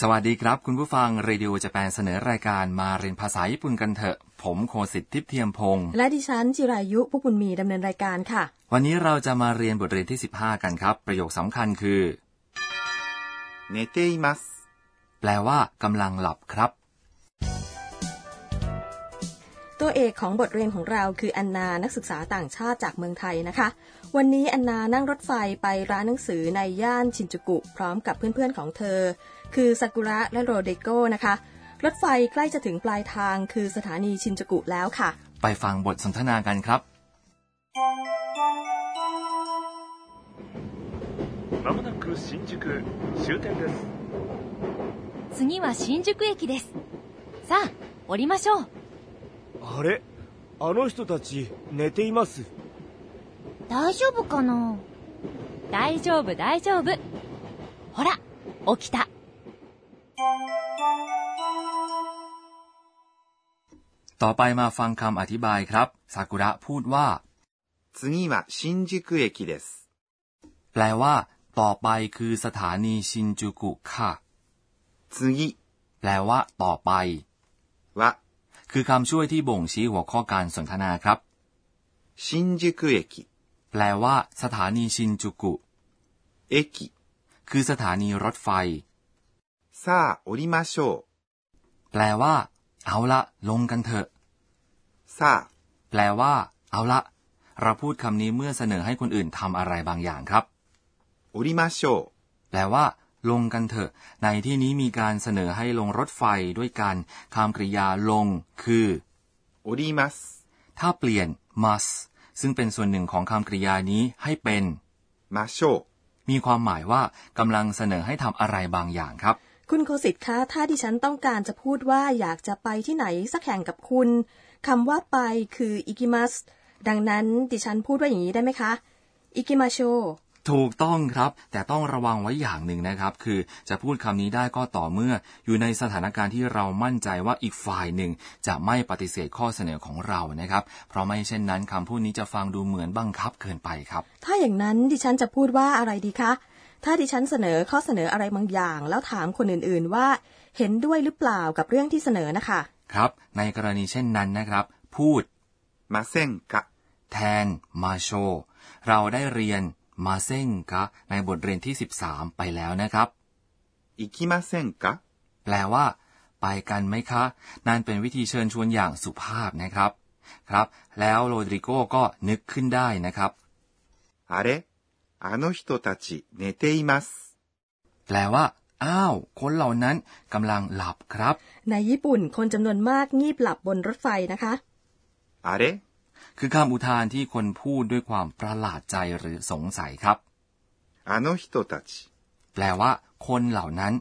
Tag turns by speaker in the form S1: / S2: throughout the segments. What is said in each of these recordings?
S1: สวัสดีครับ คุณผู้ฟังเรดิโอจะแปนเสนอรายการมาเรียนภาษาญี่ปุ่นกันเถอะ ผมโคสิทธิ์ทิพย์เทียมพงศ์
S2: และดิฉันจิรายุผู้บุญมีดำเนินรายการค่ะ
S1: วันนี้เราจะมาเรียนบทเรียนที่ 15 กันครับ ประโยคสำคัญคือ
S3: 寝ています。
S1: แปลว่ากำลังหลับครับ
S2: ตัวเอกของบทเรียนของเราคืออันนานักศึกษาต่างชาติจากเมืองไทยนะคะ วันนี้อันนานั่งรถไฟไปร้านหนังสือในย่านชินจูกุ พร้อมกับเพื่อนๆของเธอ คือซากุระและโรเดโกนะคะ รถไฟใกล้จะถึงปลายทางคือสถานีชินจูกุแล้วค่ะ
S1: ไปฟังบทสนทนากันครับ
S4: まもなく新宿終点です
S5: 次は新宿駅ですさあ降りましょう
S6: あれあの人たち寝ています
S5: 大丈夫かな大丈夫大丈夫ほら起きた
S1: ต่อไปมาฟังคำอธิบายครับซากุระพูดว่า
S3: 次は新宿駅です。
S1: แปลว่า ต่อไปคือสถานีชินจูกุค่ะ
S3: 次
S1: แปลว่า ต่อไป
S3: は
S1: คือคำช่วยที่บ่งชี้หัวข้อการสนทนาครับ
S3: 新宿駅。
S1: แปลว่า สถานีชินจูกุ
S3: 駅。
S1: คือสถานีรถไฟ
S3: さあ降りましょ
S1: แปลว่า เอาละ ลงกันเถอะ
S3: う。さあ
S1: แปลว่า เอาละ เราพูดคำนี้เมื่อเสนอให้คนอื่นทำอะไรบางอย่างครับ
S3: 降りましょ
S1: แปลว่า ลงกันเถอะ ในที่นี้มีการเสนอให้ลงรถไฟด้วยกันคำกริยาลง คือ
S3: う。降ります。
S1: ถ้าเปลี่ยน must ซึ่งเป็นส่วนหนึ่งของคำกริยานี้ให้เป็น
S3: ましょ
S1: มีความหมายว่ากำลังเสนอให้ทำอะไรบางอย่างครับ
S2: คุณโคสิตคะถ้าดิฉันต้องการจะพูดว่าอยากจะไปที่ไหนสักแห่งกับคุณคำว่าไปคืออิกิมัสดังนั้นดิฉันพูดว่าอย่างนี้ได้ไหมคะอิกิมาโช
S1: ถูกต้องครับ แต่ต้องระวังไว้อย่างหนึ่งนะครับ คือจะพูดคำนี้ได้ก็ต่อเมื่อ อยู่ในสถานการณ์ที่เรามั่นใจว่าอีกฝ่ายหนึ่ง จะไม่ปฏิเสธข้อเสนอของเรานะครับ เพราะไม่เช่นนั้นคำพูดนี้จะฟังดูเหมือนบังคับเกินไปครับ
S2: ถ้าอย่างนั้นดิฉันจะพูดว่าอะไรดีคะ ถ้าดิฉันเสนอข้อเสนออะไรบางอย่าง แล้วถามคนอื่นๆว่า เห็นด้วยหรือเปล่ากับเรื่องที่เสนอนะคะ
S1: ครับ ในกรณีเช่นนั้นนะครับ พูด
S3: う。ませんか。
S1: แทนมาโชเราได้เรียนมาเซ่งกะในบทเรียนที่ 13 ไปแล้วนะครับ
S3: 行きませんか。
S1: แปลว่า ไปกันไหมคะ นั่นเป็นวิธีเชิญชวนอย่างสุภาพนะครับ ครับ แล้วโรดริโกก็นึกขึ้นได้นะครับ
S3: あれあの人たち寝ています。
S1: แปลว่า อ้าว คนเหล่านั้นกำลังหลับครับ
S2: ในญี่ปุ่นคนจำนวนมากงีบหลับบนรถไฟนะคะ
S3: あれ
S1: คือคำอุทานที่คนพูดด้วยความประหลาดใจหรือสงสัยครับ
S3: あの人たち。
S1: แปลว่า คนเหล่านั้น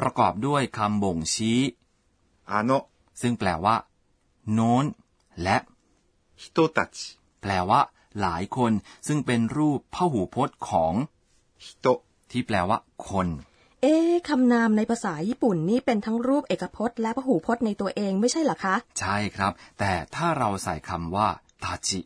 S1: ประกอบด้วยคำบ่งชี้
S3: あの
S1: ซึ่งแปลว่า โน้น และ
S3: 人たち。
S1: แปลว่า หลายคนซึ่งเป็นรูปพหูพจน์ของ
S3: 人。
S1: ที่แปลว่า คน
S2: เอ๊ะคำนามในภาษาญี่ปุ่นนี่เป็นทั้งรูปเอกพจน์ และพหูพจน์ในตัวเองไม่ใช่เหรอคะ
S1: ใช่ครับ แต่ถ้าเราใส่คำว่าตาจิ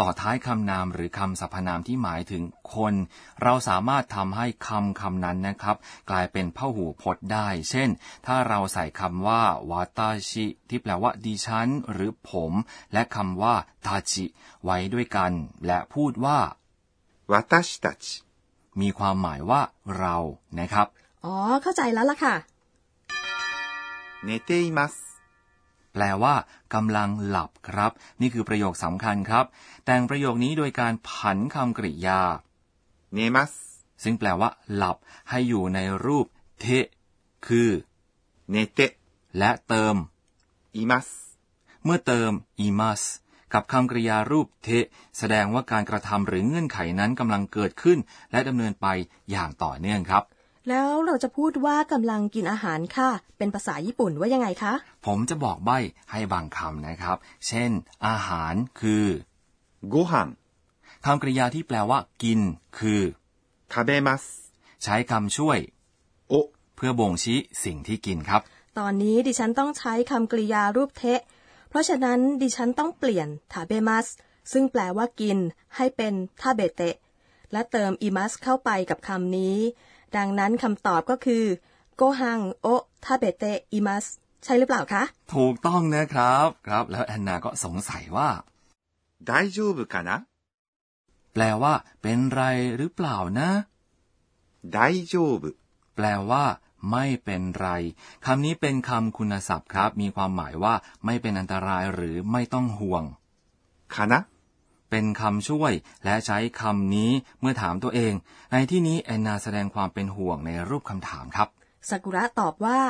S1: ต่อท้ายคำนามหรือคำสรรพนามที่หมายถึงคน เราสามารถทำให้คำคำนั้นนะครับ กลายเป็นพหูพจน์ได้ เช่น ถ้าเราใส่คำว่าวาตาชิ ที่แปลว่าดิฉัน หรือผม และคำว่าตาจิ ไว้ด้วยกัน และพูดว่า
S3: 私たち。
S1: มีความหมายว่า เรานะครับ
S2: อ๋อ เข้าใจแล้วล่ะค่ะ
S3: 寝ています。
S1: แปลว่ากำลังหลับครับ นี่คือประโยคสำคัญครับ แต่งประโยคนี้โดยการผันคำกริยา
S3: 寝ます。
S1: ซึ่งแปลว่า หลับให้อยู่ในรูปเทะคือ
S3: 寝て
S1: และเติม
S3: います。
S1: เมื่อเติม imas กับคำกริยารูปเทะแสดงว่าการกระทำหรือเงื่อนไขนั้นกำลังเกิดขึ้น และดำเนินไปอย่างต่อเนื่องครับ
S2: แล้วเราจะพูดว่ากำลังกินอาหารค่ะ เป็นภาษาญี่ปุ่นว่ายังไงคะ
S1: ผมจะบอกใบ้ให้บางคำนะครับ เช่น อาหารคือ
S3: ご飯。
S1: คำกริยาที่แปลว่า กิน คือ
S3: 食べます。
S1: ใช้คำช่วย
S3: お
S1: เพื่อบ่งชี้สิ่งที่กินครับ
S2: ตอนนี้ดิฉันต้องใช้คำกริยารูปเทะ เพราะฉะนั้นดิฉันต้องเปลี่ยนทาเบมัสซึ่งแปลว่ากิน ให้เป็นทาเบเตะ และเติมอิมัสเข้าไปกับคำนี้ ดังนั้นคำตอบก็คือ ご飯を食べていますใช่หรือเปล่าคะ
S1: ถูกต้องนะครับครับ แล้วแอนนาก็สงสัยว่า
S3: 大丈夫かな
S1: แปลว่า เป็นไรหรือเปล่านะ
S3: 大丈夫。
S1: แปลว่า ไม่เป็นไรคำนี้เป็นคำคุณศัพท์ครับ มีความหมายว่า ไม่เป็นอันตรายหรือไม่ต้องห่วง
S3: かな
S1: เป็นคำช่วย และใช้คำนี้เมื่อถามตัวเอง ในที่นี้แอนนาแสดงความเป็นห่วงในรูปคำถามครับ
S2: ซากุระตอบว่า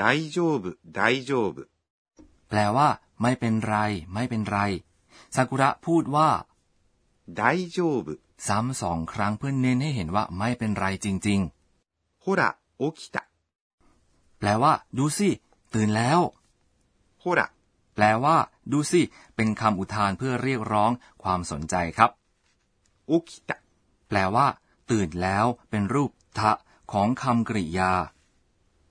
S3: 大丈夫、大丈夫。
S1: แปลว่า ไม่เป็นไร ไม่เป็นไรซากุระพูดว่า
S3: 大丈夫。
S1: ซ้ำสองครั้งเพื่อเน้นให้เห็นว่าไม่เป็นไรจริง
S3: ほら、起きた。
S1: ๆ แปลว่า ดูสิ ตื่นแล้ว
S3: ほら、
S1: แปลว่า ดูสิ เป็นคำอุทานเพื่อเรียกร้องความสนใจครับ
S3: 起きた。
S1: แปลว่า ตื่นแล้ว เป็นรูปทะของคำกริยา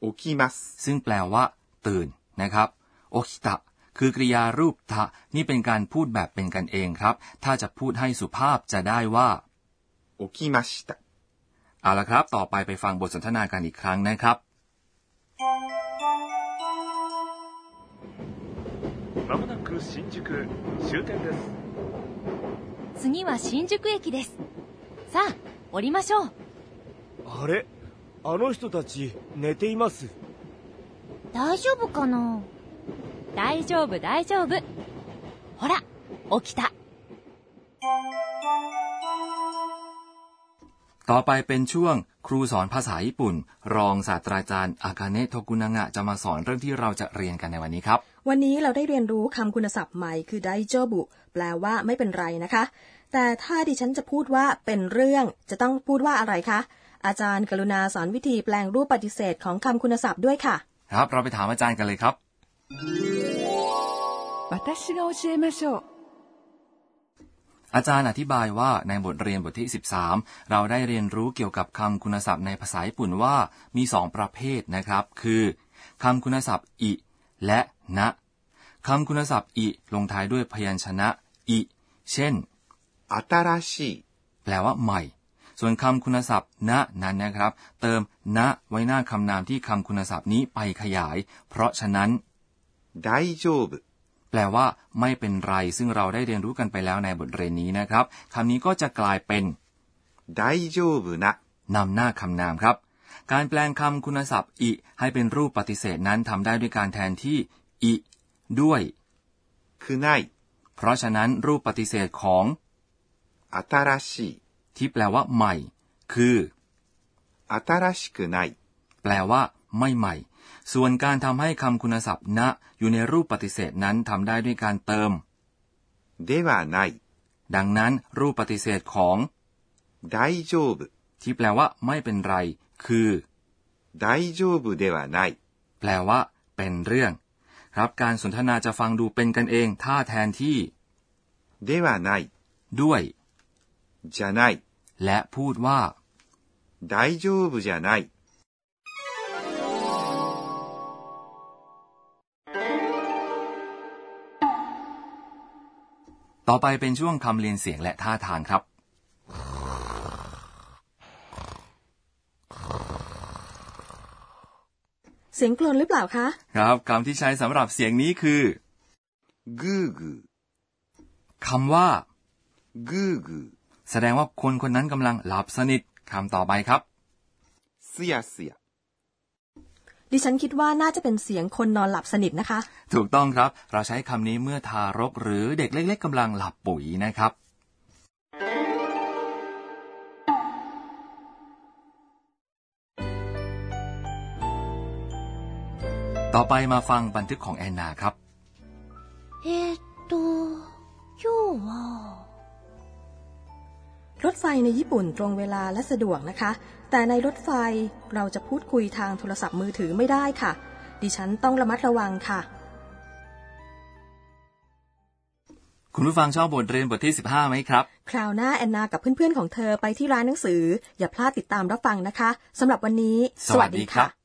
S3: 起きます。
S1: ซึ่งแปลว่า ตื่นนะครับ โอคิตะ คือกริยารูปทะ นี่เป็นการพูดแบบเป็นกันเองครับ ถ้าจะพูดให้สุภาพจะได้ว่า
S3: 起きました。
S1: เอาละครับ ต่อไปไปฟังบทสนทนากันอีกครั้งนะครับ
S4: まもなく新宿終点です
S5: 次は新宿駅ですさあ降りましょう
S6: あれあの人たち寝ています
S5: 大丈夫かな大丈夫大丈夫ほら起きた
S1: ต่อไปเป็นช่วงครูสอนภาษาญี่ปุ่น รองศาสตราจารย์อากาเนะโทกุนางะจะมาสอนเรื่องที่เราจะเรียนกันในวันนี้ครับ
S2: วันนี้เราได้เรียนรู้คำคุณศัพท์ใหม่คือไดโจบุ แปลว่าไม่เป็นไรนะคะ แต่ถ้าดิฉันจะพูดว่าเป็นเรื่องจะต้องพูดว่าอะไรคะ อาจารย์กรุณาสอนวิธีแปลงรูปปฏิเสธของคำคุณศัพท์ด้วยค่ะ
S1: ครับ เราไปถามอาจารย์กันเลยครับ
S7: 私が教えましょう
S1: อาจารย์อธิบายว่าในบทเรียนบทที่ 13 เราได้เรียนรู้เกี่ยวกับคำคุณศัพท์ในภาษาญี่ปุ่นว่ามี 2 ประเภทนะครับ คือคำคุณศัพท์อิ และนะคำคุณศัพท์อิลงท้ายด้วยพยัญชนะอิ เช่น
S3: 新しい、
S1: แปลว่าใหม่ ส่วนคำคุณศัพท์ณนั้นนะครับ เติมณไว้หน้าคำนามที่คำคุณศัพท์นี้ไปขยาย เพราะฉะนั้น
S3: 大丈夫。
S1: แปลว่า ไม่เป็นไร ซึ่งเราได้เรียนรู้กันไปแล้วในบทเรียนนี้นะครับคำนี้ก็จะกลายเป็น
S3: 大丈夫な、
S1: นำหน้าคำนามครับ การแปลงคำคุณศัพท์อิ ให้เป็นรูปปฏิเสธนั้นทำได้ด้วยการแทนที่อิด้วย
S3: くない、
S1: เพราะฉะนั้นรูปปฏิเสธของ
S3: 新しい、
S1: ที่แปลว่า ใหม่ คือ
S3: 新しくない、
S1: แปลว่า ไม่ใหม่ ส่วนการทำให้คำคุณศัพท์ณอยู่ในรูปปฏิเสธนั้นทำได้ด้วยการเติม
S3: ではない、
S1: ดังนั้นรูปปฏิเสธของ
S3: 大丈夫、
S1: ที่แปลว่า ไม่เป็นไร คือ
S3: 大丈夫ではない、
S1: แปลว่า เป็นเรื่อง ครับการสนทนาจะฟังดูเป็นกันเอง ถ้าแทนที่
S3: ではない、
S1: ด้วย
S3: じゃない、
S1: และพูดว่า
S3: 大丈夫じゃない、
S1: ต่อไปเป็นช่วงคำเรียนเสียงและท่าทางครับ
S2: เสียงกลนหรือเปล่าคะ
S1: ครับคำที่ใช้สำหรับเสียงนี้คือ
S3: ぐーぐー、
S1: คำว่า
S3: ぐーぐー、
S1: แสดงว่าคนคนนั้นกำลังหลับสนิทคำต่อไปครับ
S3: すやすや、
S2: ดิฉันคิดว่าน่าจะเป็นเสียงคนนอนหลับสนิทนะคะ
S1: ถูกต้องครับ เราใช้คำนี้เมื่อทารกหรือเด็กเล็ก ๆกำลังหลับปุ๋ยนะครับ ต่อไปมาฟังบันทึกของแอนนาครับ
S5: えー、っと今日は
S2: รถไฟในญี่ปุ่นตรงเวลาและสะดวกนะคะ แต่ในรถไฟเราจะพูดคุยทางโทรศัพท์มือถือไม่ได้ค่ะ ดิฉันต้องระมัดระวังค่ะ
S1: คุณผู้ฟังชอบบทเรียนบทที่ 15 ไหมครับ
S2: คราวหน้าแอนนากับเพื่อนๆของเธอไปที่ร้านหนังสือ อย่าพลาดติดตามรับฟังนะคะสำหรับวันนี้
S1: สวัสดีครับ